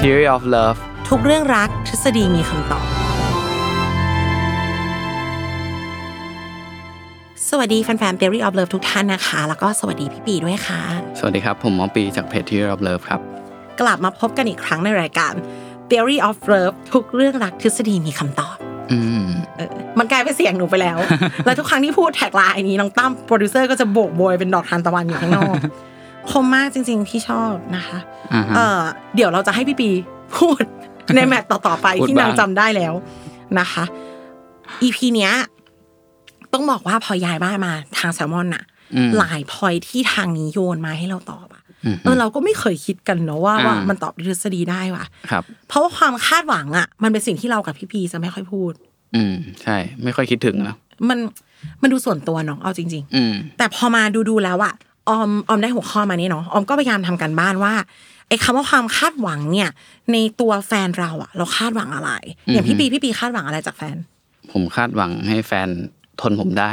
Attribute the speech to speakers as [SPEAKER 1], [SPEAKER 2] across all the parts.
[SPEAKER 1] Theory of Love
[SPEAKER 2] ทุกเรื่องรักทฤษฎีมีคำตอบ สวัสดีแฟนๆ Theory of Love ทุกท่านนะคะ แล้วก็สวัสดีพี่ปีด้วยค่ะ
[SPEAKER 1] สวัสดีครับ ผมหมอปีจากเพจ Theory of Love ครับ
[SPEAKER 2] กลับมาพบกันอีกครั้งในรายการ Theory of Love ทุกเรื่องรักทฤษฎีมีคำตอบ
[SPEAKER 1] อืม
[SPEAKER 2] เออมันกลายเป็นเสียงหนูไปแล้ว แล้วทุกครั้งที่พูดแท็กไลน์นี้น้องตั้มโปรดิวเซอร์ก็จะโบกโบยเป็นดอกทานตะวันอยู่ข้างน อก คมมากจริงๆ ที่ชอบนะคะ
[SPEAKER 1] อ่าฮะ
[SPEAKER 2] เออเดี๋ยวเราจะให้พี่ปีพูด ในแมตต์ต่อ ๆ ไป
[SPEAKER 1] พูด
[SPEAKER 2] ที่นาง
[SPEAKER 1] บ้าง
[SPEAKER 2] จำได้แล้วนะคะ EP เนี้ย ต้องบอกว่าพอย้ายบ้านมาทางแซลมอนน่ะ หลายพอยที่ทางนี้โยนมาให้เราตอบอะเออเราก็ไม่เคยคิดกันเนาะว่า
[SPEAKER 1] อ่า
[SPEAKER 2] ว่ามันตอบทฤษฎีได้ว่ะ
[SPEAKER 1] ครับ
[SPEAKER 2] เพราะว่าความคาดหวังอะมันเป็นสิ่งที่เรากับพี่ปีจะไม่ค่อยพูด
[SPEAKER 1] อืม ใช่ ไม่ค่อยคิดถึงนะ
[SPEAKER 2] มันมันดูส่วนตัวเนาะเอาจริง
[SPEAKER 1] อืม
[SPEAKER 2] ๆ แต่พอมาดูดูๆแล้วอะออมออมได้หัวข้อมานี่เนาะออมก็พยายามทำกันบ้านว่าไอ้คำว่าความคาดหวังเนี่ย ในตัวแฟนเราอะเราคาดหวังอะไร อย่างพี่ปีพี่ปีคาดหวังอะไรจากแฟน
[SPEAKER 1] ผมคาดหวังให้แฟนทนผมได้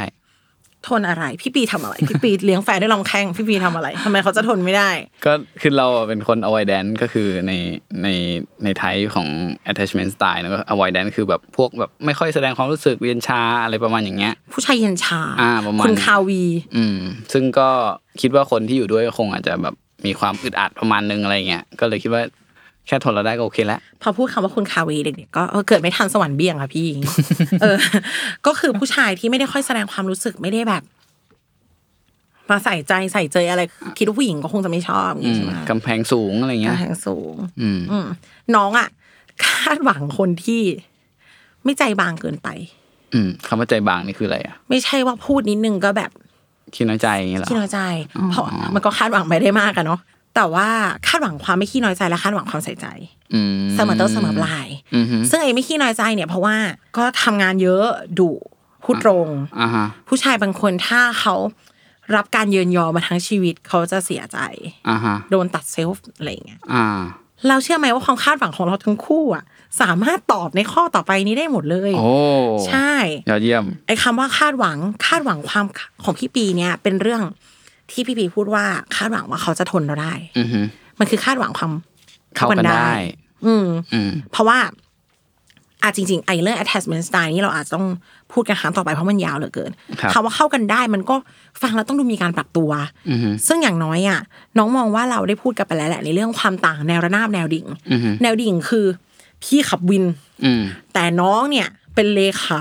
[SPEAKER 2] ทนอะไร พี่ปีทำอะไร พี่ปีเลี้ยงแฟนด้วยลำแข้งพี่ปีทำอะไรทำไมเขาจะทนไม่ได้
[SPEAKER 1] ก็คือเราอะเป็นคน avoidance ก็คือในในในไทยของ attachment style แล้วก็ avoidance คือแบบพวกแบบไม่ค่อยแสดงความรู้สึกเวียนชาอะไรประมาณอย่างเงี้ย
[SPEAKER 2] ผู้ชายเย็นชา
[SPEAKER 1] อ่าประมาณ
[SPEAKER 2] คุณคาวี
[SPEAKER 1] อืม ซึ่งก็คิดว่าคนที่อยู่ด้วยคงอาจจะแบบมีความอึดอัดประมาณนึงอะไรเงี้ย ก็เลยคิดว่าแค่ทนเราได้ก็โอเคแล้ว
[SPEAKER 2] พอพูดคำว่าคุณคาวีเด็กๆก็เออเกิดไม่ทันสวรรค์เบี่ยงค่ะพี่ เออ ก็คือผู้ชายที่ไม่ได้ค่อยแสดงความรู้สึกไม่ได้แบบ มาใส่ใจใส่ใจอะไร คิดว่าผู้หญิงก็คงจะไม่ชอบอย่าง
[SPEAKER 1] อื
[SPEAKER 2] งี้
[SPEAKER 1] ม
[SPEAKER 2] ใช่ไหมคะ
[SPEAKER 1] กำแพงสูงอะไรเงี้ย
[SPEAKER 2] กำแพงสูง
[SPEAKER 1] อืม
[SPEAKER 2] อืมน้องอ่ะ คาดหวังคนที่ไม่ใจบางเกินไป
[SPEAKER 1] อืมคำว่าใจบางนี่คืออะไรอ่ะ
[SPEAKER 2] ไม่ใช่ว่าพูดนิดนึงก็แบบ
[SPEAKER 1] ขี้น้อยใจอย่างเงี้ยเหรอ
[SPEAKER 2] ขี้น้อยใจ เพราะมันก็คาดหวังไม่ได้มากอะเนาะแต่ว่าคาดหวังความไม่ขี้น้อยใจและคาดหวังความใส่ใจ
[SPEAKER 1] อืม
[SPEAKER 2] เสมอต้นเสมอปลาย
[SPEAKER 1] อือฮึ
[SPEAKER 2] ซึ่งไอ้ไม่ขี้น้อยใจเนี่ยเพราะว่าก็ทำงานเยอะดุพูดตรง
[SPEAKER 1] อ่าฮะ
[SPEAKER 2] ผู้ชายบางคนถ้าเขารับการเยินยอมาทั้งชีวิตเขาจะเสียใจ
[SPEAKER 1] อ่าฮะ
[SPEAKER 2] โดนตัดเซลฟ์อะไรอย่างเงี้ย
[SPEAKER 1] อ่า
[SPEAKER 2] เราเชื่อไหมว่าความคาดหวังของเราทั้งคู่อ่ะ สามารถตอบในข้อต่อไปนี้ได้หมดเลย
[SPEAKER 1] โอ้
[SPEAKER 2] ใช่
[SPEAKER 1] ยอดเยี่ยม
[SPEAKER 2] ไอ้คำว่าคาดหวังคาดหวังความของพี่ปีเนี่ย เป็นเรื่องที่พี่ปีพูดว่าคาดหวังว่าเขาจะทนเราได้
[SPEAKER 1] อือฮึ
[SPEAKER 2] มันคือคาดหวังความ
[SPEAKER 1] เข้ากันได้
[SPEAKER 2] อืม
[SPEAKER 1] อืม
[SPEAKER 2] เพราะว่าอาจจริงๆไอ้เรื่อง attachment style นี่เราอาจจะต้องพูดกันครั้งต่อไปเพราะมันยาวเหลือเกิน
[SPEAKER 1] ครับ
[SPEAKER 2] คำว่าเข้ากันได้มันก็ฟังแล้วต้องดูมีการปรับตัว
[SPEAKER 1] อือฮึ
[SPEAKER 2] ซึ่งอย่างน้อยอ่ะ น้องมองว่าเราได้พูดกันไปแล้วแหละในเรื่องความต่างแนวระนาบแนวดิ่ง
[SPEAKER 1] อือฮึ
[SPEAKER 2] แนวดิ่งคือพี่ขับวิน
[SPEAKER 1] อืม
[SPEAKER 2] แต่น้องเนี่ยเป็นเลขา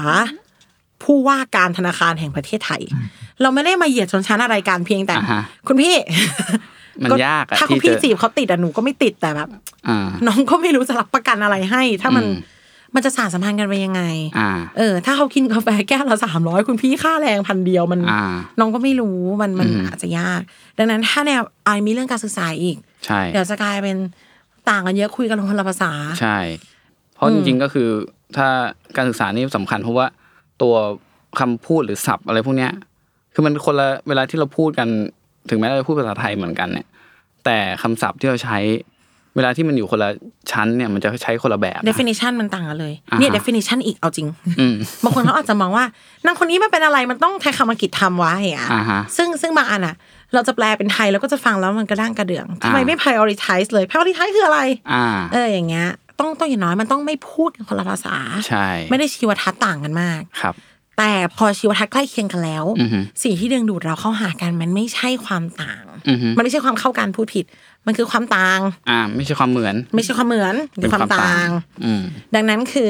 [SPEAKER 2] ผู้ว่าการธนาคารแห่งประเทศไทย เราไม่ได้มาเหยียดชนชั้นอะไรกันเพียงแต่
[SPEAKER 1] อ่าฮะ
[SPEAKER 2] คุณพี่
[SPEAKER 1] มันยากอะ
[SPEAKER 2] ถ้าคุณ
[SPEAKER 1] ที่
[SPEAKER 2] พี่
[SPEAKER 1] จะ
[SPEAKER 2] จีบเขาติดอะหนูก็ไม่ติดแต่แบบ
[SPEAKER 1] อ่า
[SPEAKER 2] น้องก็ไม่รู้จะรับประกันอะไรให้ ถ้ามัน
[SPEAKER 1] อืม
[SPEAKER 2] มันจะสานสัมพันธ์กันไปยังไง
[SPEAKER 1] อ่า
[SPEAKER 2] เออ ถ้าเขากินกาแฟแก้วละสามร้อยคุณพี่ค่าแรงพันเดียวมัน
[SPEAKER 1] อ่า
[SPEAKER 2] น้องก็ไม่รู้มันมันอาจจะยาก ดังนั้นถ้าแนวไอมีเรื่องการศึกษาอีก
[SPEAKER 1] ใช่
[SPEAKER 2] เดี๋ยวจะกลายเป็นต่างกันเยอะคุยกันคนละภาษา
[SPEAKER 1] ใช่ เพราะจริงๆ ก็คือถ้าการศึกษานี่สำคัญ เพราะว่าตัวคำพูดหรือศัพท์อะไรพวกเนี้ย คือมันคนละเวลาที่เราพูดกัน ถึงแม้เราจะพูดภาษาไทยเหมือนกันเนี่ย แต่คำศัพท์ที่เราใช้ เวลาที่มันอยู่คนละชั้นเนี่ยมันจะใช้คนละแบบ
[SPEAKER 2] definition มันต่างกันเลย
[SPEAKER 1] อ่าฮะ
[SPEAKER 2] เนี่ย definition อีกเอาจริง
[SPEAKER 1] อืม
[SPEAKER 2] บางคนเขาอาจจะมองว่านางคนนี้มันเป็นอะไรมันต้องใช้คำอังกฤษทำวะอย่างเงี้ย
[SPEAKER 1] อ่าฮะ
[SPEAKER 2] ซึ่งซึ่งบางอันอ่ะ เราจะแปลเป็นไทยแล้วก็จะฟังแล้วมันกระด้างกระเดื่องทำไม
[SPEAKER 1] อ่า
[SPEAKER 2] ไม่ prioritize เลย prioritize คืออะไร
[SPEAKER 1] อ่า
[SPEAKER 2] เอออย่างเงี้ยต้องต้องอย่างน้อยมันต้องไม่พูดกันคนละภาษา
[SPEAKER 1] ใช่
[SPEAKER 2] ไม่ได้ชีวทัศน์ต่างกันมาก
[SPEAKER 1] ครับ
[SPEAKER 2] แต่พอชีวทัศน์ใกล้เคียงกันแล้ว
[SPEAKER 1] อือฮึ
[SPEAKER 2] สิ่งที่ดึงดูดเราเข้าหากันมันไม่ใช่ความต่าง
[SPEAKER 1] อือฮึ
[SPEAKER 2] มันไม่ใช่ความเข้ากันพูดผิด มันคือความต่าง
[SPEAKER 1] อ่า ไม่ใช่ความเหมือน
[SPEAKER 2] ไม่ใช่ความเหมือน
[SPEAKER 1] เป็
[SPEAKER 2] เป็น
[SPEAKER 1] น
[SPEAKER 2] ความ
[SPEAKER 1] ความต่าง
[SPEAKER 2] ต่าง
[SPEAKER 1] อืม
[SPEAKER 2] ดังนั้นคือ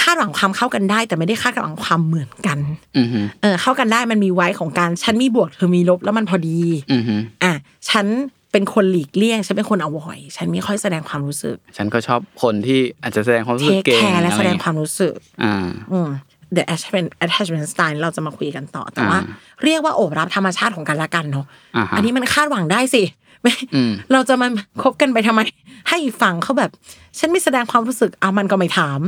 [SPEAKER 2] คาดหวังความเข้ากันได้ แต่ไม่ได้คาดหวังความเหมือนกัน
[SPEAKER 1] อือฮึ
[SPEAKER 2] เออเข้ากันได้มันมีไว้ของการฉันมีบวกเธอมีลบแล้วมันพอดี
[SPEAKER 1] อือฮึ
[SPEAKER 2] อ่ะฉันเป็นคนหลีกเลี่ยงฉันเป็นคนอวอยฉันไม่ค่อยแสดงความรู้สึก
[SPEAKER 1] ฉันก็ชอบคนที่อาจจะแสดงความรู้
[SPEAKER 2] เท
[SPEAKER 1] สึก
[SPEAKER 2] ค
[SPEAKER 1] เก่ง
[SPEAKER 2] แคร์และแสดง
[SPEAKER 1] อไอย่
[SPEAKER 2] ความรู้สึก
[SPEAKER 1] อ่า
[SPEAKER 2] อืม the attachment attachment style เราจะมาคุยกันต่อ แต่ว่า
[SPEAKER 1] อ่า
[SPEAKER 2] เรียกว่าโอบรับธรรมชาติของกันและกันเนาะ
[SPEAKER 1] อ่าฮะ
[SPEAKER 2] อันนี้มันคาดหวังได้สิ ไม่
[SPEAKER 1] อืม
[SPEAKER 2] เราจะมาคบกันไปทำไม ให้อีกฝั่งเขาแบบ ฉันไม่แสดงความรู้สึกเอามันก็ไม่ ถาม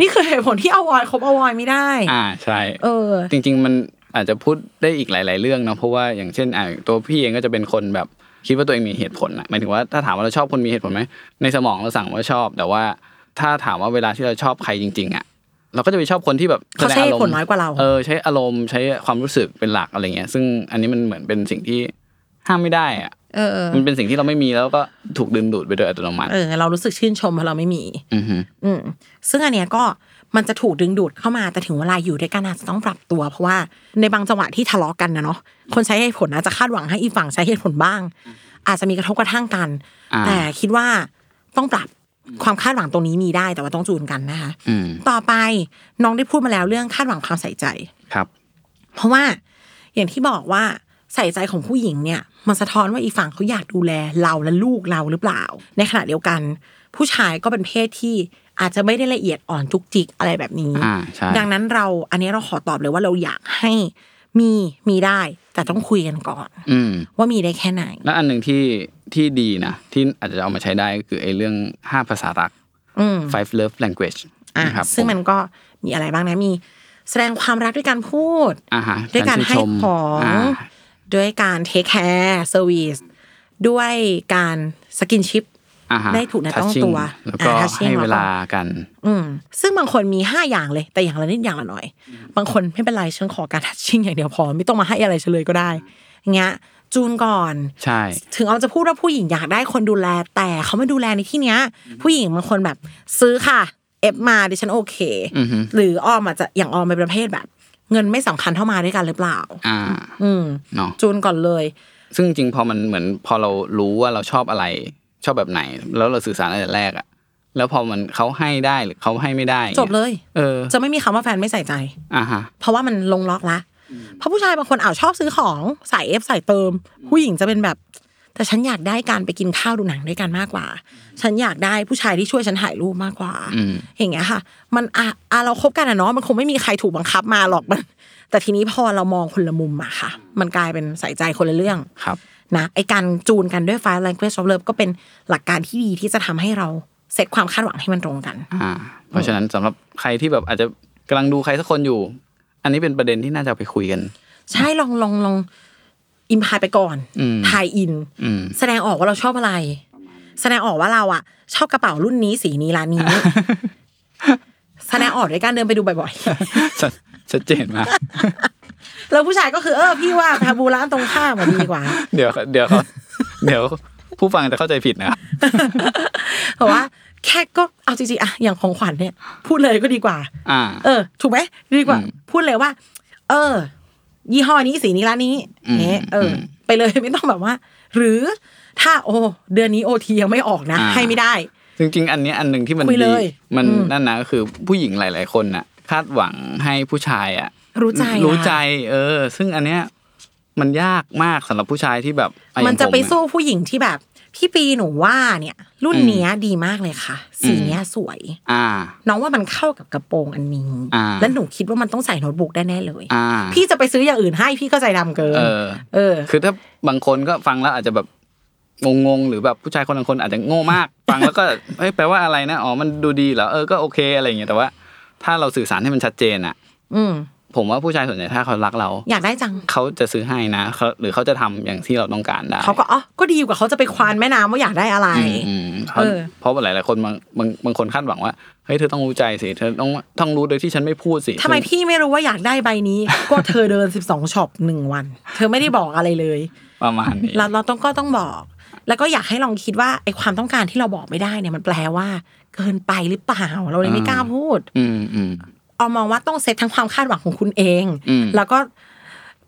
[SPEAKER 2] นี่คือเหตุผลที่เอาวอยคบเอาวอยไม่ได้
[SPEAKER 1] อ่าใช่
[SPEAKER 2] เออ
[SPEAKER 1] จริง ๆ มันอาจจะพูดได้อีกหลาย ๆ เรื่องเนาะเพราะว่าอย่างเช่นอ่าตัวพี่เองก็จะเป็นคนแบบคิดว่าตัวเองมีเหตุผลนะหมายถึงว่าถ้าถามว่าเราชอบคนมีเหตุผลไหมในสมองเราสั่งว่าชอบ แต่ว่าถ้าถามว่าเวลาที่เราชอบใครจริง ๆ อ่ะ เราก็จะไปชอบคนที่แบบ
[SPEAKER 2] เขา
[SPEAKER 1] แสด
[SPEAKER 2] ใช้
[SPEAKER 1] ง
[SPEAKER 2] เหตุผลน้อยกว่าเรา
[SPEAKER 1] เออใช้อารมณ์ใช้ความรู้สึกเป็นหลักอะไรเงี้ย ซึ่งอันนี้มันเหมือนเป็นสิ่งที่ห้ามไม่ได้อ่ะ
[SPEAKER 2] เออ
[SPEAKER 1] มันเป็นสิ่งที่เราไม่มีแล้วก็ถูกดึงดูดไปโดยอัตโนมัติ
[SPEAKER 2] เออ เรารู้สึกชื่นชมเพราะเราไม่มี
[SPEAKER 1] อือฮึ
[SPEAKER 2] อืมซึ่งอันเนี้ยก็มันจะถูกดึงดูดเข้ามาแต่ถึงเวลาอยู่ด้วยกันอาจจะต้องปรับตัว เพราะว่าในบางจังหวะที่ทะเลาะกันนะเนาะคนใช้เหตุผลอาจจะคาดหวังให้อีกฝั่งใช้เหตุผลบ้าง อาจจะมีกระทบกระทั่งกัน
[SPEAKER 1] อ่า
[SPEAKER 2] แต่คิดว่าต้องปรับความคาดหวังตรงนี้มีได้แต่ว่าต้องจูนกันนะคะ
[SPEAKER 1] อืม
[SPEAKER 2] ต่อไปน้องได้พูดมาแล้วเรื่องคาดหวังความใส่ใจ
[SPEAKER 1] ครับ
[SPEAKER 2] เพราะว่าอย่างที่บอกว่าใส่ใจของผู้หญิงเนี่ย มันสะท้อนว่าอีกฝั่งเขาอยากดูแลเราและลูกเราหรือเปล่า ในขณะเดียวกัน ผู้ชายก็เป็นเพศที่อาจจะไม่ได้ละเอียดอ่อนจุกจิกอะไรแบบนี้
[SPEAKER 1] อ่าใช่
[SPEAKER 2] ดังนั้นเราอันนี้เราขอตอบเลยว่าเราอยากให้มีมีได้ แต่ต้องคุยกันก่อน
[SPEAKER 1] อืม
[SPEAKER 2] ว่ามีได้แค่ไหน
[SPEAKER 1] แล้วอันหนึ่งที่ที่ดีนะ ที่อาจจะเอามาใช้ได้ก็คือไอ้เรื่อง 5 ภาษารัก
[SPEAKER 2] อืม
[SPEAKER 1] five love language
[SPEAKER 2] อ่ะ
[SPEAKER 1] นะครับ
[SPEAKER 2] ซึ่งมัน
[SPEAKER 1] ผ
[SPEAKER 2] ก็มีอะไรบ้างนะมี แสดงความรักด้วยการพูด
[SPEAKER 1] อ่าฮะ
[SPEAKER 2] ด้วยการให้
[SPEAKER 1] ชื่นชม
[SPEAKER 2] ของ
[SPEAKER 1] อ่า
[SPEAKER 2] ด้วยการเทคแคร์เซอร์วิสด้วยการสกินชิพ
[SPEAKER 1] อ่าฮะ
[SPEAKER 2] ได้ถูกนะต้อง
[SPEAKER 1] touching
[SPEAKER 2] ตัว
[SPEAKER 1] แล้วก็
[SPEAKER 2] อ่า touching
[SPEAKER 1] ให้เวลา
[SPEAKER 2] แล้วก็
[SPEAKER 1] กัน
[SPEAKER 2] อืมซึ่งบางคนมีห้าอย่างเลย แต่อย่างละนิดอย่างละหน่อย บางคนไม่เป็นไรฉันขอการทัชชิ่งอย่างเดียวพอ ไม่ต้องมาให้อะไรฉันเลยก็ได้อย่างเงี้ยจูนก่อน
[SPEAKER 1] ใช่
[SPEAKER 2] ถึงเอาจะพูดว่าผู้หญิงอยากได้คนดูแล แต่เขาไม่ดูแลในที่เนี้ย ผู้หญิงบางคนแบบซื้อค่ะ เอฟมาดิฉันโอเค
[SPEAKER 1] อือฮึ
[SPEAKER 2] หรือออมอาจจะอย่างออมเป็นประเภทแบบ เงินไม่สำคัญเท่ามาด้วยกันหรือเปล่า
[SPEAKER 1] อ่า
[SPEAKER 2] อืม
[SPEAKER 1] เนาะ
[SPEAKER 2] จูนก่อนเลย
[SPEAKER 1] ซึ่งจริงๆพอมันเหมือนพอเรารู้ว่าเราชอบอะไรชอบแบบไหน แล้วเราสื่อสารตั้งแต่แรกอะแล้วพอมันเขาให้ได้หรือเขาให้ไม่ได้
[SPEAKER 2] จบเลย
[SPEAKER 1] เออ
[SPEAKER 2] จะไม่มีคำว่าแฟนไม่ใส่ใจ
[SPEAKER 1] อ่าฮะ
[SPEAKER 2] เพราะว่ามันลงล็อกละเพราะผู้ชายบางคนอ้าวชอบซื้อของใส่เอฟใส่เติม ผู้หญิงจะเป็นแบบ แต่ฉันอยากได้การไปกินข้าวดูหนังด้วยกันมากกว่า ฉันอยากได้ผู้ชายที่ช่วยฉันถ่ายรูปมากกว่า
[SPEAKER 1] อืม
[SPEAKER 2] อย่างเงี้ยค่ะ มันอ่ะอ่ะเราคบกันอะเนาะมันคงไม่มีใครถูกบังคับมาหรอกมัน แต่ทีนี้พอเรามองคนละมุมอะค่ะ มันกลายเป็นใส่ใจคนละเรื่อง
[SPEAKER 1] ครับ
[SPEAKER 2] นะไอการจูนกันด้วย five language of love ก็เป็นหลักการที่ดีที่จะทำให้เราเซตความคาดหวังให้มันตรงกัน
[SPEAKER 1] อ่าเพราะฉะนั้นสำหรับใครที่แบบอาจจะกำลังดูใครสักคนอยู่ อันนี้เป็นประเด็นที่น่าจะเอาไปคุยกัน
[SPEAKER 2] ใช่ลองลองลองอิมพายไปก่อน
[SPEAKER 1] อืม
[SPEAKER 2] ทายอิน
[SPEAKER 1] อืม
[SPEAKER 2] แสดงออกว่าเราชอบอะไร แสดงออกว่าเราอะชอบกระเป๋ารุ่นนี้สีนี้ร้านนี้ แสดงออกด้วยการเดินไปดูบ่อย
[SPEAKER 1] ชัดชัดเจนมาก
[SPEAKER 2] ๆ แล้วผู้ชายก็คือเออพี่ว่าทาบูร้านตรงข้ามมันดีกว่า
[SPEAKER 1] เดี๋ยวเดี๋ยวเขาเดี๋ยวผู้ฟังจะเข้าใจผิดนะครับ
[SPEAKER 2] เพราะว่า แค่ก็เอาจริงๆอะอย่างของขวัญเนี่ย พูดเลยก็ดีกว่า
[SPEAKER 1] อ่า
[SPEAKER 2] เออ ถูกไหมดีกว่า
[SPEAKER 1] อืม
[SPEAKER 2] พูดเลยว่า เออ ยี่ห้อนี้สีนี้ร้านนี้
[SPEAKER 1] อืม
[SPEAKER 2] เนี้ยเอออ
[SPEAKER 1] ม
[SPEAKER 2] ไปเลย ไม่ต้องแบบว่า หรือถ้าโอเดือนนี้โอทียังไม่ออกนะ
[SPEAKER 1] อ่า
[SPEAKER 2] ให้ไม่ได้
[SPEAKER 1] จริงๆ อันเนี้ยอันหนึ่งที่มัน
[SPEAKER 2] คุยเล
[SPEAKER 1] ดี
[SPEAKER 2] ย
[SPEAKER 1] มัน
[SPEAKER 2] อืม
[SPEAKER 1] นั่นนะก็คือผู้หญิงหลาย ๆ คนน่ะ คาดหวังให้ผู้ชายอ่ะ
[SPEAKER 2] รู้ใจนะ
[SPEAKER 1] รู้ใจ เออ ซึ่งอันเนี้ยมันยากมากสำหรับผู้ชายที่แบบอ่
[SPEAKER 2] มันจะ
[SPEAKER 1] อย่างผ
[SPEAKER 2] ไป
[SPEAKER 1] อ
[SPEAKER 2] สู้ผู้หญิงที่แบบ พี่ปีหนูว่าเนี่ย รุ่น
[SPEAKER 1] อืม
[SPEAKER 2] เนี้ยดีมากเลยค่ะ สี
[SPEAKER 1] อืม
[SPEAKER 2] เนี้ยสวย
[SPEAKER 1] อ่า
[SPEAKER 2] น้องว่ามันเข้ากับกระโปรงอันนี้
[SPEAKER 1] อ่า
[SPEAKER 2] แล้วหนูคิดว่ามันต้องใส่โน้ตบุ๊กได้แน่เลย
[SPEAKER 1] อ่า
[SPEAKER 2] พี่จะไปซื้ออย่างอื่นให้พี่ก็ใจดำเกิน
[SPEAKER 1] เออ
[SPEAKER 2] เออ
[SPEAKER 1] คือถ้าบางคนก็ฟังแล้วอาจจะแบบงงๆหรือแบบผู้ชายคนบางคนอาจจะโง่ มาก ฟังแล้วก็เอ้ยแปลว่าอะไรนะอ๋อมันดูดีเหรอเออก็โอเคอะไรอย่างเงี้ยแต่ว่า ถ้าเราสื่อสารให้มันชัดเจนอ่ะ
[SPEAKER 2] อืม
[SPEAKER 1] ผมว่าผู้ชายส่วนใหญ่ถ้าเขารักเรา
[SPEAKER 2] อยากได้จัง
[SPEAKER 1] เขาจะซื้อให้นะเขาหรือเขาจะทำอย่างที่เราต้องการได้
[SPEAKER 2] เขาก็อ๋อก็ดีกว่าเขาจะไปควานแม่น้ำว่าอยากได้อะไร
[SPEAKER 1] อืมอืมเขา
[SPEAKER 2] เออ
[SPEAKER 1] เพราะหลาย ๆ คนบางบางบางคนคาดหวังว่าเฮ้ยเธอต้องรู้ใจสิเธอต้องต้องรู้โดยที่ฉันไม่พูดสิ
[SPEAKER 2] ทำไมพี่ไม่รู้ว่าอยากได้ใบนี้ ก็เธอเดิน 12ช็อปหนึ่งวัน เธอไม่ได้บอกอะไร เลย
[SPEAKER 1] ประมาณนี้
[SPEAKER 2] เราเราต้องก็ต้องบอก แล้วก็อยากให้ลองคิดว่าไอความต้องการที่เราบอกไม่ได้เนี่ยมันแปลว่า เกินไปหรือเปล่าเราเลยไม่กล้าพูด
[SPEAKER 1] อืมอืม
[SPEAKER 2] เอามองว่าต้องเซตทั้งความคาดหวังของคุณเอง
[SPEAKER 1] อืม
[SPEAKER 2] แล้วก็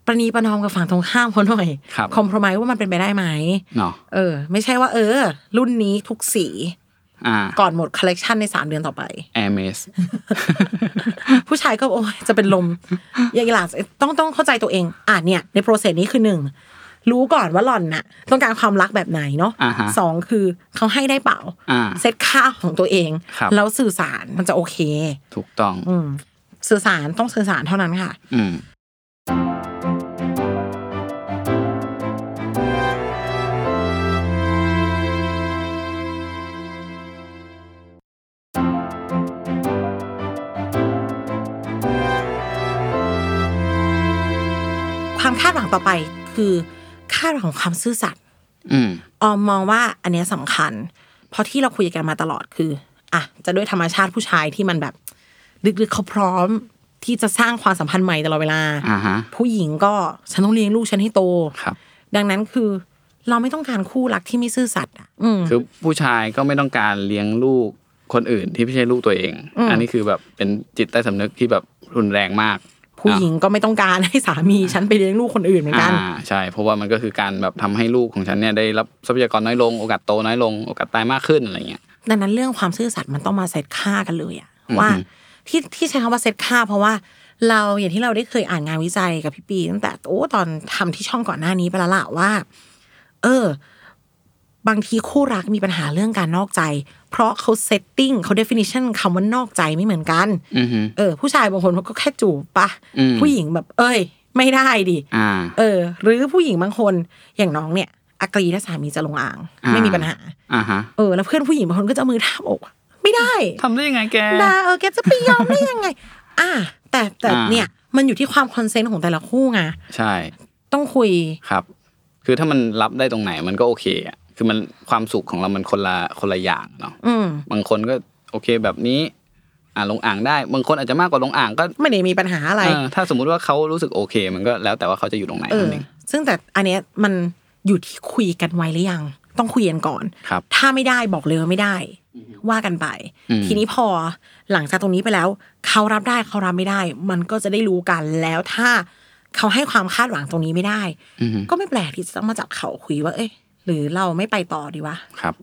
[SPEAKER 2] ประนีประนอมกับฝั่งตรงข้ามเขาหน่อย
[SPEAKER 1] ครับ
[SPEAKER 2] คอมเพลมไมว่ามันเป็นไปได้ไหม
[SPEAKER 1] เนาะ
[SPEAKER 2] เออ ไม่ใช่ว่า เออ รุ่นนี้ทุกสี
[SPEAKER 1] อ่า
[SPEAKER 2] ก่อนหมดคอลเลกชันในสามเดือนต่อไป
[SPEAKER 1] แอร์เมส
[SPEAKER 2] ผู้ชายก็โอ้ยจะเป็นลม อย่างหลังต้องต้องเข้าใจตัวเอง อ่ะเนี่ย ในโปรเซสนี้คือหนึ่งรู้ก่อนว่าหล่อนน่ะ ต้องการความรักแบบไหนเนาะ
[SPEAKER 1] อ่าฮะ
[SPEAKER 2] สองคือเขาให้ได้เปล่า
[SPEAKER 1] อ่า
[SPEAKER 2] เซตค่าของตัวเอง
[SPEAKER 1] ครับ
[SPEAKER 2] แล้วสื่อสารมันจะโอเค
[SPEAKER 1] ถูกต้อง
[SPEAKER 2] อืม สื่อสารต้องสื่อสารเท่านั้นค่ะ
[SPEAKER 1] อืม
[SPEAKER 2] ค ความคาดหวังต่อไปคือคาดหวังของความซื่อสัตย์
[SPEAKER 1] อืม
[SPEAKER 2] ออมมองว่าอันเนี้ยสำคัญ เพราะที่เราคุยกันมาตลอดคืออ่ะจะด้วยธรรมชาติผู้ชายที่มันแบบลึกๆเขาพร้อม ที่จะสร้างความสัมพันธ์ใหม่ตลอดเวลา
[SPEAKER 1] อ่าฮะ
[SPEAKER 2] ผู้หญิงก็ฉันต้องเลี้ยงลูกฉันให้โต
[SPEAKER 1] ครับ
[SPEAKER 2] ดังนั้นคือเราไม่ต้องการคู่รักที่ไม่ซื่อสัตย์อ่ะอืม
[SPEAKER 1] คือผู้ชายก็ไม่ต้องการเลี้ยงลูกคนอื่นที่ไม่ใช่ลูกตัวเอง อันนี้คือแบบเป็นจิตใต้สำนึกที่แบบรุนแรงมาก
[SPEAKER 2] ผู้หญิงก็ไม่ต้องการให้สามีฉันไปเลี้ยงลูกคนอื่นเหมือนกัน
[SPEAKER 1] อ่าใช่ เพราะว่ามันก็คือการแบบทำให้ลูกของฉันเนี่ยได้รับทรัพยากรน้อยลงโอกาสโตน้อยลงโอกาสตายมากขึ้นอะไรเงี้ย
[SPEAKER 2] ดังนั้นเรื่องความซื่อสัตย์มันต้องมาเซตค่ากันเลยอะว่าที่ที่ใช้คำว่าเซตค่า เพราะว่าเราอย่างที่เราได้เคยอ่านงานวิจัยกับพี่ปีตั้งแต่โอ้ตอนทำที่ช่องก่อนหน้านี้ไปแล้วล่ะว่า เออ บางทีคู่รักมีปัญหาเรื่องการนอกใจ เพราะเขาเซตติ้งเขา definition คำว่านอกใจไม่เหมือนกัน
[SPEAKER 1] อือฮึ
[SPEAKER 2] เออ ผู้ชายบางคนเขาก็แค่จูบปะ
[SPEAKER 1] อืม
[SPEAKER 2] ผู้หญิงแบบ เอ้ย ไม่ได้ดิ
[SPEAKER 1] อ่า
[SPEAKER 2] เออ หรือผู้หญิงบางคนอย่างน้องเนี่ยอากรีถ้าสามีจะลงอ่าง ไม่มีปัญหา
[SPEAKER 1] อ่าฮะ
[SPEAKER 2] เออแล้วเพื่อนผู้หญิงบางคนก็จะเอามือทาบอกอะไม่ได้
[SPEAKER 1] ทำได้ยังไงแก
[SPEAKER 2] นะเออแกจะไปยอมได้ยังไง อ่า แต่แต่
[SPEAKER 1] อ่า
[SPEAKER 2] เนี่ย มันอยู่ที่ความคอนเซนต์ของแต่ละคู่ไง
[SPEAKER 1] ใช่
[SPEAKER 2] ต้องคุย
[SPEAKER 1] ครับ คือถ้ามันรับได้ตรงไหนมันก็โอเคอะคือมันความสุขของเรามันคนละคนละอย่างเนาะ
[SPEAKER 2] อืม
[SPEAKER 1] บางคนก็โอเคแบบนี้ อ่าลงอ่างได้ บางคนอาจจะมากกว่าลงอ่างก็
[SPEAKER 2] ไม่ได้มีปัญหาอะไร
[SPEAKER 1] เออถ้าสมมุติว่าเขารู้สึกโอเค มันก็แล้วแต่ว่าเขาจะอยู่ตรงไหน
[SPEAKER 2] เอ
[SPEAKER 1] นั่
[SPEAKER 2] อ
[SPEAKER 1] นเอง
[SPEAKER 2] ซึ่งแต่อันเนี้ยมันอยู่ที่คุยกันไว้หรือยัง ต้องคุยกันก่อน
[SPEAKER 1] ครับ
[SPEAKER 2] ถ้าไม่ได้บอกเลยว่าไม่ได้ ว่ากันไป
[SPEAKER 1] อืม
[SPEAKER 2] ทีนี้พอหลังจากตรงนี้ไปแล้วเขารับได้เขารับไม่ได้ มันก็จะได้รู้กันแล้วถ้าเขาให้ความคาดหวังตรงนี้ไม่ได้
[SPEAKER 1] อือฮึ
[SPEAKER 2] ก็ไม่แปลกที่จะต้องมาจับเขาคุยว่า เอ้ยหรือเราไม่ไปต่อดีวะ
[SPEAKER 1] ครับ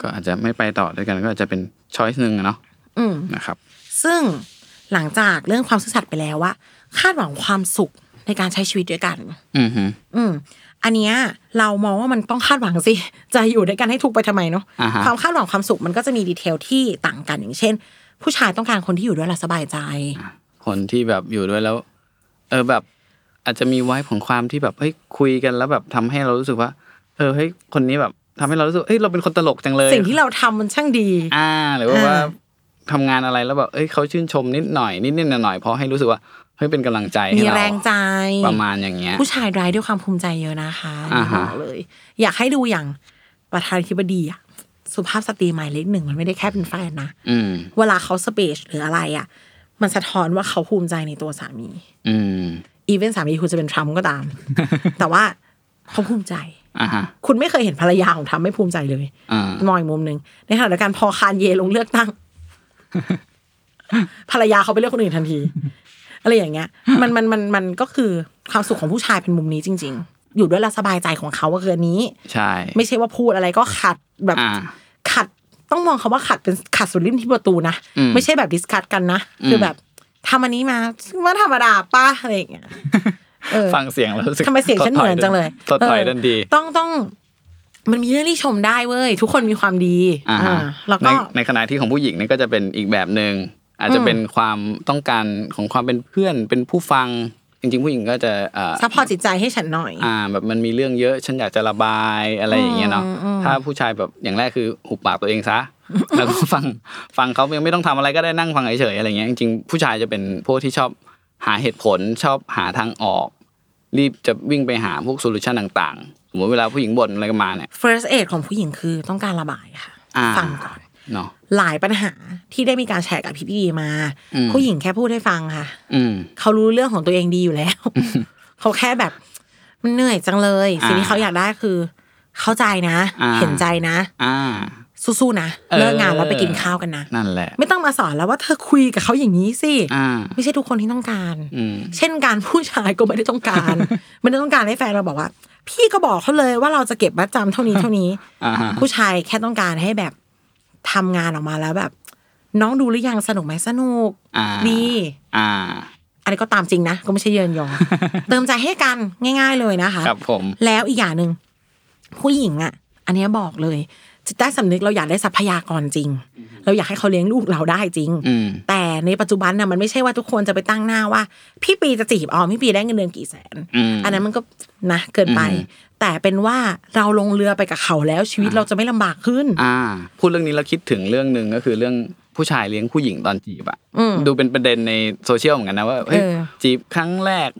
[SPEAKER 1] ก็อาจจะไม่ไปต่อด้วยกันก็อาจจะเป็นช้อยส์หนึ่งอะเนาะ
[SPEAKER 2] อืม
[SPEAKER 1] นะครับ
[SPEAKER 2] ซึ่งหลังจากเรื่องความซื่อสัตย์ไปแล้วว่า คาดหวังความสุขในการใช้ชีวิตด้วยกัน
[SPEAKER 1] อือฮึ
[SPEAKER 2] อืม อันเนี้ยเรามองว่ามันต้องคาดหวังสิ จะอยู่ด้วยกันให้ทุกข์ไปทำไมเนาะ
[SPEAKER 1] อ่าฮะ
[SPEAKER 2] ความคาดหวังความสุขมันก็จะมีดีเทลที่ต่างกันอย่างเช่น ผู้ชายต้องการคนที่อยู่ด้วยแล้วสบายใจ
[SPEAKER 1] คนที่แบบอยู่ด้วยแล้ว เออแบบ อาจจะมีไว้ของความที่แบบเฮ้ยคุยกันแล้วแบบทำให้เรารู้สึกว่า เออเฮ้ยคนนี้แบบทำให้เรารู้สึกเฮ้ยเราเป็นคนตลกจังเลย
[SPEAKER 2] สิ่งที่เราทำมันช่างดี
[SPEAKER 1] อ่าหรือว่า
[SPEAKER 2] อ่า
[SPEAKER 1] ว่าทำงานอะไรแล้วแบบเอ้ยเขาชื่นชมนิดหน่อยนิดนิดหน่อยหน่อยๆพอให้รู้สึกว่าเฮ้ยเป็นกำลังใจ
[SPEAKER 2] มี
[SPEAKER 1] ให้เรา
[SPEAKER 2] แรงใจ
[SPEAKER 1] ประมาณอย่างเงี้ย
[SPEAKER 2] ผู้ชายรายด้วยความภูมิใจเยอะนะคะ
[SPEAKER 1] อ่าฮะ
[SPEAKER 2] บอกเลย อยากให้ดูอย่างประธานาธิบดีอะสุภาพสตรีหมายเลขหนึ่งมันไม่ได้แค่เป็นแฟนนะ
[SPEAKER 1] อืม
[SPEAKER 2] เวลาเขาสเปชหรืออะไรอะมันสะท้อนว่าเขาภูมิใจในตัวสามี
[SPEAKER 1] อืม
[SPEAKER 2] อีเวนสามีคุณจะเป็นทรัมป์ก็ตาม แต่ว่าเขาภูมิใจ
[SPEAKER 1] อ่าฮะ
[SPEAKER 2] คุณไม่เคยเห็นภรรยาของทรัมป์ไม่ภูมิใจเลย
[SPEAKER 1] อ่าม
[SPEAKER 2] องอีกมุมหนึ่งในขณะเดียวกันพอคานเยลงเลือกตั้ง ภรรยาเขาไปเลือกคนอื่นทันที อะไรอย่างเงี้ย มันมันมันมันก็คือความสุขของผู้ชายเป็นมุมนี้จริง ๆ อยู่ด้วยแล้วสบายใจของเขาก็คืออันนี้
[SPEAKER 1] ใช่
[SPEAKER 2] ไม่ใช่ว่าพูดอะไรก็ขัดแบบ
[SPEAKER 1] อ่า
[SPEAKER 2] ขัดต้องมองคำว่าขัดเป็นขัดสุดริมที่ประตูนะ
[SPEAKER 1] อืม
[SPEAKER 2] ไม่ใช่แบบดิสคัตกันนะคือแบบทำอันนี้มาซึ่งว่าธรรมดาป้าอะไรอย่างเงี้ยเออ
[SPEAKER 1] ฟังเสียงแล้วรู้สึก
[SPEAKER 2] ทำไมเสียงฉันเหมือนจังเลย
[SPEAKER 1] ตดถอย
[SPEAKER 2] เออ
[SPEAKER 1] ทันที
[SPEAKER 2] ต้องต้อง มันมีเรื่องที่ชมได้เว้ย ทุกคนมีความดี
[SPEAKER 1] อ่าฮะ
[SPEAKER 2] แล้ว
[SPEAKER 1] ใน
[SPEAKER 2] ก็
[SPEAKER 1] ในขณะที่ของผู้หญิงเนี่ยก็จะเป็นอีกแบบหนึ่งอาจจะเป็นความต้องการของความเป็นเพื่อนเป็นผู้ฟัง จริง ๆ ผู้หญิงก็จะอ่า
[SPEAKER 2] ซัพพอร์ตจิตใจให้ฉันหน่อย
[SPEAKER 1] อ่าแบบมันมีเรื่องเยอะฉันอยากจะระบายอะไรอย่างเงี้ยเนาะถ้าผู้ชายแบบอย่างแรกคือหุบปากตัวเองซะ แล้วก็ฟังฟังเขายังไม่ต้องทำอะไรก็ได้นั่งฟังเฉยๆอะไรเงี้ยจริงๆผู้ชายจะเป็นพวกที่ชอบหาเหตุผลชอบหาทางออก รีบจะวิ่งไปหาพวกโซลูชันต่างๆ สมมติเวลาผู้หญิงบ่นอะไรกันมาเนี่ย
[SPEAKER 2] first aid ของผู้หญิงคือต้องการระบายค่ะ
[SPEAKER 1] อ่า
[SPEAKER 2] ฟังก่อน
[SPEAKER 1] เนาะ
[SPEAKER 2] หลายปัญหาที่ได้มีการแชร์กับพี่ดีมา
[SPEAKER 1] อืม
[SPEAKER 2] ผู้หญิงแค่พูดให้ฟังค่ะ
[SPEAKER 1] อืม
[SPEAKER 2] เขารู้เรื่องของตัวเองดีอยู่แล้ว เขาแค่แบบ มันเหนื่อยจังเลย
[SPEAKER 1] อ่า
[SPEAKER 2] สิ่งที่เขาอยากได้คือ เข้าใจนะ
[SPEAKER 1] อ่า
[SPEAKER 2] เห็นใจนะ
[SPEAKER 1] อ่า
[SPEAKER 2] สู้ๆนะ
[SPEAKER 1] เออ
[SPEAKER 2] เลิกงานแล้วไปกินข้าวกันนะ
[SPEAKER 1] นั่นแหละ
[SPEAKER 2] ไม่ต้องมาสอนแล้วว่าเธอคุยกับเขาอย่างนี้สิ
[SPEAKER 1] อ่า
[SPEAKER 2] ไม่ใช่ทุกคนที่ต้องการ
[SPEAKER 1] อืม
[SPEAKER 2] เช่นการผู้ชายก็ไม่ได้ต้องการ ไม่ได้ต้องการให้แฟนเราบอกว่า พี่ก็บอกเขาเลยว่าเราจะเก็บมัดจำเท่า นี้เท่านี้
[SPEAKER 1] อ่าฮะ
[SPEAKER 2] ผู้ชายแค่ต้องการให้แบบทำงานออกมาแล้วแบบ น้องดูหรือยังสนุกไหมสนุก
[SPEAKER 1] อ่า
[SPEAKER 2] ดี
[SPEAKER 1] อ่า
[SPEAKER 2] อันนี้ก็ตามจริงนะก็ไม่ใช่เยินยอ เติมใจให้กันง่าย ๆเลยนะคะ
[SPEAKER 1] ครับผม
[SPEAKER 2] แล้วอีกอย่างหนึ่งผู้หญิงอ่ะ อันเนี้ยบอกเลยจิตใต้สำนึกเราอยากได้ทรัพยากรจริง เราอยากให้เขาเลี้ยงลูกเราได้จริง
[SPEAKER 1] อืม
[SPEAKER 2] แต่ในปัจจุบันน่ะมันไม่ใช่ว่าทุกคนจะไปตั้งหน้าว่า พี่ปีจะจีบออมพี่ปีได้เงินเดือนกี่แสน
[SPEAKER 1] อืม
[SPEAKER 2] นนั้นมันก็นะเกินไป
[SPEAKER 1] อืม
[SPEAKER 2] แต่เป็นว่าเราลงเรือไปกับเขาแล้วชีวิตเราจะไม่ลำบากขึ้น
[SPEAKER 1] อ่าพูดเรื่องนี้แล้วคิดถึงเรื่องหนึ่งก็คือเรื่องผู้ชายเลี้ยงผู้หญิงตอนจีบอะ
[SPEAKER 2] อืม
[SPEAKER 1] ดูเป็นประเด็นในโซเชียลเหมือนกันนะว่าเฮ้ย
[SPEAKER 2] เออ
[SPEAKER 1] จีบครั้งแรก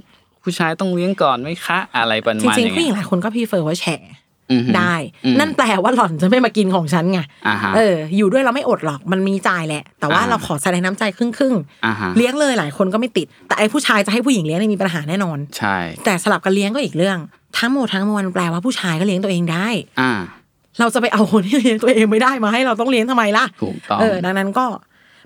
[SPEAKER 1] ผู้ชายต้องเลี้ยงก่อนไหมคะ อะไรประ
[SPEAKER 2] จ
[SPEAKER 1] มาณ
[SPEAKER 2] ริง
[SPEAKER 1] อ
[SPEAKER 2] ๆ
[SPEAKER 1] ย่าง
[SPEAKER 2] ผู้หญิ
[SPEAKER 1] เงี้
[SPEAKER 2] ง
[SPEAKER 1] ย
[SPEAKER 2] หลายคนก็พรีเฟอร์ว่าแชร์
[SPEAKER 1] อือฮึ
[SPEAKER 2] ได้
[SPEAKER 1] อืม
[SPEAKER 2] นั่นแปลว่าหล่อนจะไม่มากินของฉันไง
[SPEAKER 1] อ่าฮะ
[SPEAKER 2] เออ อยู่ด้วยเราไม่อดหรอก มันมีจ่ายแหละ แต่ว่า
[SPEAKER 1] อ่า
[SPEAKER 2] เราขอแสดงน้ำใจครึ่งครึ่งๆ
[SPEAKER 1] อ่าฮะ
[SPEAKER 2] เลี้ยงเลยหลายคนก็ไม่ติด แต่ไอ้ผู้ชายจะให้ผู้หญิงเลี้ยงเนี่ยมีปัญหาแน่นอน
[SPEAKER 1] ใช่
[SPEAKER 2] แต่สลับกันเลี้ยงก็อีกเรื่อง ทั้งหมดทั้งมวลแปลว่าผู้ชายก็เลี้ยงตัวเองได้
[SPEAKER 1] อ่า
[SPEAKER 2] เราจะไปเอาคนที่เลี้ยงตัวเองไม่ได้มาให้เราต้องเลี้ยงทำไมล่ะ
[SPEAKER 1] ถูกต้อง
[SPEAKER 2] เออ ดังนั้นก็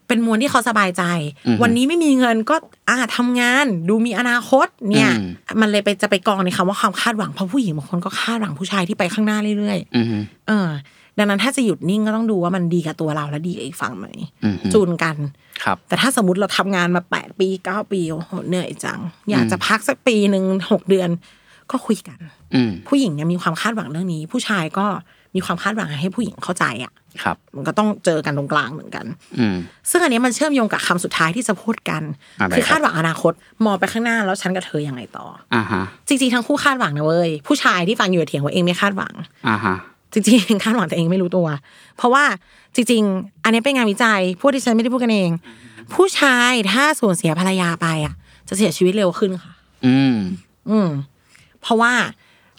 [SPEAKER 2] เป็นมวลที่เขาสบายใจ
[SPEAKER 1] อือฮึ
[SPEAKER 2] วันนี้ไม่มีเงินก็อ่าทำงานดูมีอนาคตเนี่ย
[SPEAKER 1] อืม
[SPEAKER 2] มันเลยไปจะไปกองในคำว่าความคาดหวังเพราะผู้หญิงบางคนก็คาดหวังผู้ชายที่ไปข้างหน้าเรื่อย
[SPEAKER 1] อือฮึ
[SPEAKER 2] ๆ เออ ดังนั้นถ้าจะหยุดนิ่งก็ต้องดูว่ามันดีกับตัวเราและดีกับอีกฝั่งไหม
[SPEAKER 1] อือฮึ
[SPEAKER 2] จูนกัน
[SPEAKER 1] ครับ
[SPEAKER 2] แต่ถ้าสมมติเราทำงานมาแปดปีเก้าปีโอ้โหเหนื่อยจัง อยากจะพักสักปีหนึ่งหกเดือน ก็คุยกัน
[SPEAKER 1] อืม
[SPEAKER 2] ผู้หญิงเนี่ยมีความคาดหวังเรื่องนี้ ผู้ชายก็มีความคาดหวังให้ผู้หญิงเข้าใจอ่ะ
[SPEAKER 1] ครับ
[SPEAKER 2] มันก็ต้องเจอกันตรงกลางเหมือนกัน
[SPEAKER 1] อืม
[SPEAKER 2] ซึ่งอันนี้มันเชื่อมโยงกับคำสุดท้ายที่จะพูดกัน
[SPEAKER 1] อะไร
[SPEAKER 2] คือ
[SPEAKER 1] ครับ
[SPEAKER 2] คาดหวังอนาคตมองไปข้างหน้าแล้วฉันกับเธอยังไงต่อ
[SPEAKER 1] อ่าฮะ
[SPEAKER 2] จริงๆทั้งคู่คาดหวังนะเว้ยผู้ชายที่ฟังอยู่เถียงว่าเองไม่คาดหวัง
[SPEAKER 1] อ่าฮะ
[SPEAKER 2] จริงๆ คาดหวังแต่เองไม่รู้ตัว เพราะว่าจริง ๆ อันนี้เป็นงานวิจัยพวกที่ฉันไม่ได้พูดกันเอง ผู้ชายถ้าสูญเสียภรรยาไปอ่ะ จะเสียชีวิตเร็วขึ้นค่ะ
[SPEAKER 1] อืม
[SPEAKER 2] อืม เพราะว่า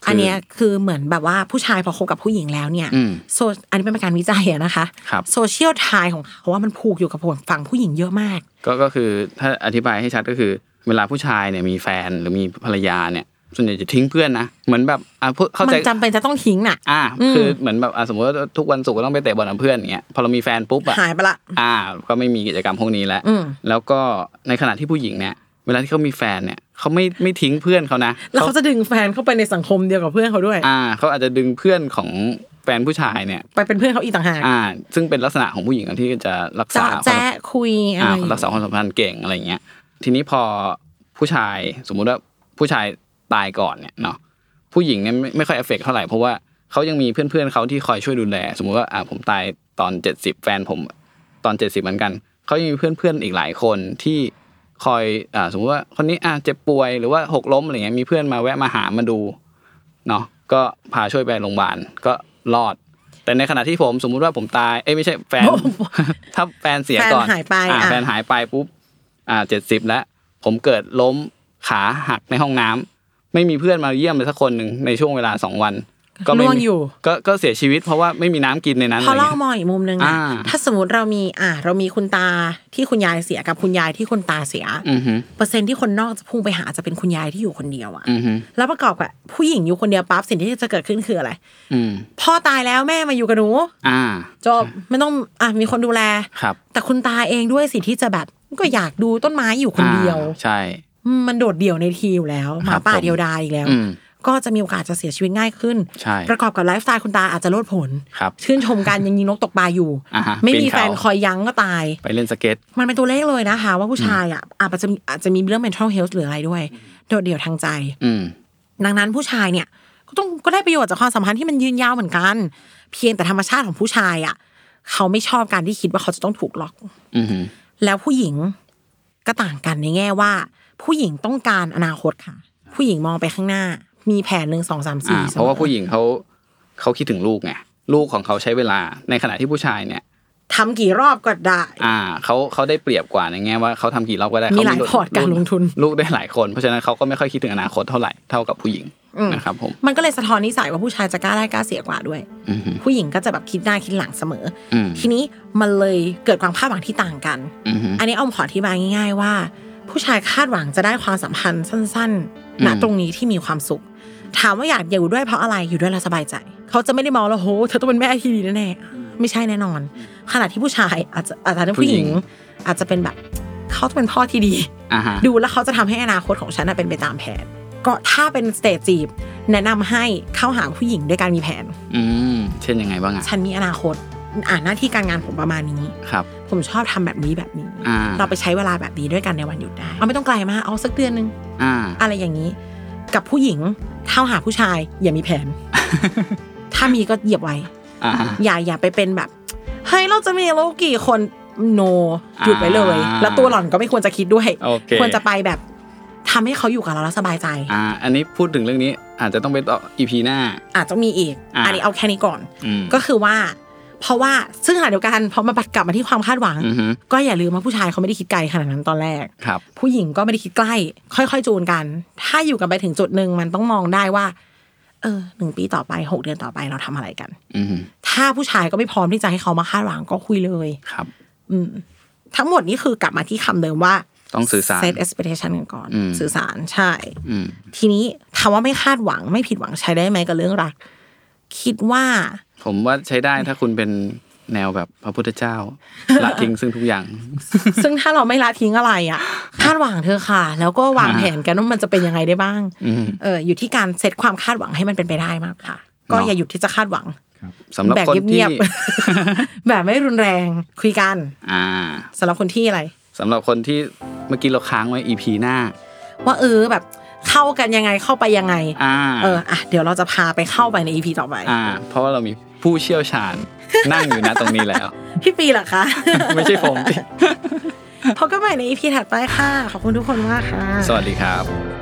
[SPEAKER 1] คืออั
[SPEAKER 2] อันเนี้ยคือเหมือนแบบว่าผู้ชายพอคบกับผู้หญิงแล้วเนี่ย
[SPEAKER 1] อืม
[SPEAKER 2] โซอันนี้เป็นการวิจัยอะนะคะ
[SPEAKER 1] ครับ
[SPEAKER 2] โซเชียลไทของเขาว่ามันผูกอยู่กับฝั่งผู้หญิงเยอะมาก
[SPEAKER 1] ก็ก็คือถ้าอธิบายให้ชัดก็คือ เวลาผู้ชายเนี่ยมีแฟนหรือมีภรรยาเนี่ย ส่วนใหญ่จะทิ้งเพื่อนนะเหมือนแบบอ่ะเพื่อเข้า
[SPEAKER 2] มั
[SPEAKER 1] ใจ
[SPEAKER 2] นจำเป็นจะต้องทิ้งน่ะ
[SPEAKER 1] อ่า
[SPEAKER 2] อืม
[SPEAKER 1] คือเหมือนแบบอ่ะสมมติว่าทุกวันศุกร์ก็ต้องไปเตะบอลกับเพื่อนอย่างเงี้ยพอเรามีแฟนปุ๊บอ่ะ
[SPEAKER 2] หายไปละ
[SPEAKER 1] อ่า ก็ไม่มีกิจกรรมพวกนี้แล้ว
[SPEAKER 2] อืม
[SPEAKER 1] แล้วก็ในขณะที่ผู้หญิงเนี่ย เวลาที่เขามีแฟนเนี่ยเขาไม่ไม่ทิ้งเพื่อนเขานะ
[SPEAKER 2] แล้วเขาจะดึงแฟนเข้าไปในสังคมเดียวกับเพื่อนเขาด้วย
[SPEAKER 1] อ่าเขาอาจจะดึงเพื่อนของแฟนผู้ชายเนี่ย
[SPEAKER 2] ไปเป็นเพื่อนเขาอีกต่างหาก
[SPEAKER 1] อ่า ซึ่งเป็นลักษณะของผู้หญิงที่จะรัก
[SPEAKER 2] จะ
[SPEAKER 1] ษา
[SPEAKER 2] แจ๊ะคุยอะ
[SPEAKER 1] อ่า
[SPEAKER 2] ไร
[SPEAKER 1] รักษาความสัมพันธ์เก่งอะไรอย่างเงี้ยทีนี้พอผู้ชายสมมุติว่าผู้ชายตายก่อนเนี่ยเนาะผู้หญิงเนี่ยไม่ไม่ค่อยเอฟเฟกเท่าไหร่เพราะว่าเขายังมีเพื่อนๆเขาที่คอยช่วยดูแล สมมุติว่าอ่าผมตายตอนเจ็ดสิบแฟนผมตอนเจ็ดสิบเหมือนกันเขายังมีเพื่อนๆอีกหลายคนที่คอยอ่าสมมติว่าคนนี้อ่าเจ็บป่วยหรือว่าหกล้มอะไรเงี้ยมีเพื่อนมาแวะมาหามาดู เนาะก็พาช่วยไปโรงพยาบาลก็รอด แต่ในขณะที่ผมสมมุติว่าผมตายเอ้ยไม่ใช่แฟ น ถ้าแฟนเสียก่อน
[SPEAKER 2] แฟนหายไป
[SPEAKER 1] อ่ะ
[SPEAKER 2] อ่ะ
[SPEAKER 1] แฟนหายไปปุ๊บอ่าเจ็ดสิบแล้ว ผมเกิดล้มขาหักในห้องน้ำไม่มีเพื่อนมาเยี่ยมเลยสักคนหนึ่งในช่วงเวลาสองวัน ก็ไม่
[SPEAKER 2] ล่วง
[SPEAKER 1] มี
[SPEAKER 2] อยู่
[SPEAKER 1] ก็ก็เสียชีวิตเพราะว่าไม่มีน้ำกินในนั้น
[SPEAKER 2] พอ
[SPEAKER 1] อะไร
[SPEAKER 2] เล่า
[SPEAKER 1] เงี้ย
[SPEAKER 2] มองอีกมุมหนึ่งอะ
[SPEAKER 1] อ่า
[SPEAKER 2] ถ้าสมมติเรามีอ่าเรามีคุณตาที่คุณยายเสียกับคุณยายที่คุณตาเสีย
[SPEAKER 1] อือฮึ
[SPEAKER 2] เปอร์เซ็นต์ที่คนนอกจะพุ่งไปหาจะเป็นคุณยายที่อยู่คนเดียวอะ
[SPEAKER 1] อือฮึ
[SPEAKER 2] แล้วประกอบกับผู้หญิงอยู่คนเดียวปั๊บสิ่งที่จะเกิดขึ้นคืออะไร
[SPEAKER 1] อืม
[SPEAKER 2] พ่อตายแล้วแม่มาอยู่กับหนู
[SPEAKER 1] อ่า
[SPEAKER 2] จบไม่ต้องอ่ะมีคนดูแล
[SPEAKER 1] ครับ
[SPEAKER 2] แต่คุณตาเองด้วยสิที่จะแบบก็อยากดูต้นไม้อยู่คนเดียว
[SPEAKER 1] อ่าใช่
[SPEAKER 2] อืมมันโดดเดี่ยวในทีอยู่แล้วห
[SPEAKER 1] ครั
[SPEAKER 2] มา
[SPEAKER 1] บ
[SPEAKER 2] ป่า
[SPEAKER 1] ผม
[SPEAKER 2] เดียวดายอีกแล้ว
[SPEAKER 1] อืม
[SPEAKER 2] ก็จะมีโอกาสจะเสียชีวิตง่ายขึ้น
[SPEAKER 1] ใช่
[SPEAKER 2] ประกอบกับไลฟ์สไตล์คุณตาอาจจะลดผล
[SPEAKER 1] ครับ
[SPEAKER 2] ชื่นชมการยังยิงนกตกปลาอยู่
[SPEAKER 1] อ่าฮะ
[SPEAKER 2] ไม่
[SPEAKER 1] ปีน
[SPEAKER 2] มีแฟน
[SPEAKER 1] เขา
[SPEAKER 2] คอยยั้งก็ตาย
[SPEAKER 1] ไปเล่นสเก็ต
[SPEAKER 2] มันเป็นตัวเลขเลยนะคะ ว่าผู้ชายอ่ะอาจจะมีอาจจะมีเรื่อง mental health หรืออะไรด้วย โดดเดี่ยวทางใจ
[SPEAKER 1] อืม
[SPEAKER 2] ดังนั้นผู้ชายเนี่ยก็ต้องก็ได้ประโยชน์จากความสัมพันธ์ที่มันยืนยาวเหมือนกัน เพียงแต่ธรรมชาติของผู้ชายอ่ะเขาไม่ชอบการที่คิดว่าเขาจะต้องถูกล็อก
[SPEAKER 1] อือฮึ
[SPEAKER 2] แล้วผู้หญิงก็ต่างกันในแง่ว่า ผู้หญิงต้องการอนาคตค่ะ ผู้หญิงมองไปข้างหน้า มีแผนหนึ่งสองสาม
[SPEAKER 1] อ่า
[SPEAKER 2] สี่
[SPEAKER 1] เพราะว่าผู้หญิงเขาเขาคิดถึงลูกไงลูกของเขาใช้เวลาในขณะที่ผู้ชายเนี่ย
[SPEAKER 2] ทำกี่รอบก็ได้
[SPEAKER 1] อ่าเขาเขาได้เปรียบกว่าในแง่ว่าเขาทำกี่รอบก็ได้
[SPEAKER 2] มี
[SPEAKER 1] เข
[SPEAKER 2] หลายพอร์ตการลงทุน
[SPEAKER 1] ลูกได้หลายคน เพราะฉะนั้นเขาก็ไม่ค่อยคิดถึงอนาคตเท่าไหร่เท่ากับผู้หญิงนะครับผม
[SPEAKER 2] มันก็เลยสะท้อนนิสัยว่าผู้ชายจะกล้าได้กล้าเสียกว่าด้วย
[SPEAKER 1] อืม
[SPEAKER 2] ผู้หญิงก็จะแบบคิดหน้าคิดหลังเสมอ
[SPEAKER 1] อืม
[SPEAKER 2] ทีนี้มันเลยเกิดความคาดหวังที่ต่างกัน
[SPEAKER 1] อืม
[SPEAKER 2] อันนี้อ้อมขออธิบายง่าย ๆ ว่า ผู้ชายคาดหวังจะได้ความสัมพันธ์สั้น
[SPEAKER 1] อืม
[SPEAKER 2] ๆณตรงนี้ที่มีความสุข ถามว่าอยากอยู่ด้วยเพราะอะไรอยู่ด้วยแล้วสบายใจ เขาจะไม่ได้มองแล้วโหเธอต้องเป็นแม่ที่ดีแน่ๆไม่ใช่แน่นอน ขณะที่ผู้ชายอาจจะอาจจะเป็นผู้หญิง อาจจะเป็นแบบเขาต้องเป็นพ่อที่ดี
[SPEAKER 1] อ่าฮะ
[SPEAKER 2] ดูแล้วเขาจะทำให้อนาคตของฉันน่ะเป็นไปตามแผน ก็ถ้าเป็นสเตจจีบแนะนำให้เข้าหาผู้หญิงด้วยการมีแผน
[SPEAKER 1] อืมเช่นยังไงบ้างอ่ะ
[SPEAKER 2] ฉันมีอนาคตอ่านหน้าที่การงานผมประมาณนี้
[SPEAKER 1] ครับ
[SPEAKER 2] ผมชอบทำแบบนี้แบบนี้
[SPEAKER 1] อ่า
[SPEAKER 2] เราไปใช้เวลาแบบนี้ด้วยกันในวันหยุดได้ เอาไม่ต้องไกลมากเอาสักเดือนนึง
[SPEAKER 1] อ่า
[SPEAKER 2] อะไรอย่างนี้ กับผู้หญิงเข้าหาผู้ชายอย่ามีแผ น ถ้ามีก็เหยียบไว้
[SPEAKER 1] อ่าฮะ
[SPEAKER 2] อย่าอย่าไปเป็นแบบ เฮ้ยเราจะมีลูกกี่คนโนหยุดไว้เลย
[SPEAKER 1] อ่า
[SPEAKER 2] แล้วตัวหล่อนก็ไม่ควรจะคิดด้วย
[SPEAKER 1] โอเค
[SPEAKER 2] ควรจะไปแบบทำให้เขาอยู่กับเราแล้วสบายใจ
[SPEAKER 1] อ่า อันนี้พูดถึงเรื่องนี้อาจจะต้องไปต่ออีพีหน้า
[SPEAKER 2] อาจจะมีอีก
[SPEAKER 1] อ่า
[SPEAKER 2] อันนี้เอาแค่นี้ก่อน
[SPEAKER 1] อืม
[SPEAKER 2] ก็คือว่า เพราะว่าซึ่งขณะเดียวกันพอมาปัดกลับมาที่ความคาดหวัง
[SPEAKER 1] อือฮึ
[SPEAKER 2] ก็อย่าลืมว่าผู้ชายเขาไม่ได้คิดไกลขนาดนั้นตอนแรก
[SPEAKER 1] ครับ
[SPEAKER 2] ผู้หญิงก็ไม่ได้คิดใกล้ ค่อยๆจูนกัน ถ้าอยู่กันไปถึงจุดหนึ่งมันต้องมองได้ว่า เออหนึ่งปีต่อไปหกเดือนต่อไปเราทำอะไรกัน
[SPEAKER 1] อืม
[SPEAKER 2] ถ้าผู้ชายก็ไม่พร้อมที่จะให้เขามาคาดหวังก็คุยเลย
[SPEAKER 1] ครับ
[SPEAKER 2] ทั้งหมดนี้คือกลับมาที่คำเดิมว่า
[SPEAKER 1] ต้องสื่อสาร
[SPEAKER 2] set expectation กันก่อน
[SPEAKER 1] อืม
[SPEAKER 2] สื่อสารใช่
[SPEAKER 1] อืม
[SPEAKER 2] ทีนี้ถามว่าไม่คาดหวังไม่ผิดหวังใช้ได้ไหมกับเรื่องรัก คิดว่า
[SPEAKER 1] ผมว่าใช้ได้ถ้าคุณเป็นแนวแบบพระพุทธเจ้า ละทิ้งซึ่งทุกอย่าง
[SPEAKER 2] ซึ่งถ้าเราไม่ละทิ้งอะไรอ่ะ คาดหวังเธอค่ะ แล้วก็วางแผนกันว่ามันจะเป็นยังไงได้บ้าง
[SPEAKER 1] อืม
[SPEAKER 2] เอออยู่ที่การเซตความคาดหวังให้มันเป็นไปได้มากกว่าก็อย่าหยุดที่จะคาดหวัง
[SPEAKER 1] สำหรับ
[SPEAKER 2] แบบ
[SPEAKER 1] คน
[SPEAKER 2] เงี
[SPEAKER 1] ที่
[SPEAKER 2] ยบๆ แบบไม่รุนแรงคุยกัน
[SPEAKER 1] อ่า
[SPEAKER 2] สำหรับคนที่อะไร
[SPEAKER 1] สำหรับคนที่เมื่อกี้เราค้างไว้ EP หน้า
[SPEAKER 2] ว่าเออแบบเข้ากันยังไงเข้าไปยังไง
[SPEAKER 1] อ่า
[SPEAKER 2] เอออ่ะเดี๋ยวเราจะพาไปเข้าไปในอีพีต่อไป
[SPEAKER 1] อ่า เพราะว่าเรามีผู้เชี่ยวชาญ นั่งอยู่นะตรงนี้แล้ว
[SPEAKER 2] พี่ปีเหรอคะ
[SPEAKER 1] ไม่ใช่ผม
[SPEAKER 2] พบกันใหม่ในอีพีถัดไปค่ะ ขอบคุณทุกคนมากค่ะ
[SPEAKER 1] สวัสดีครับ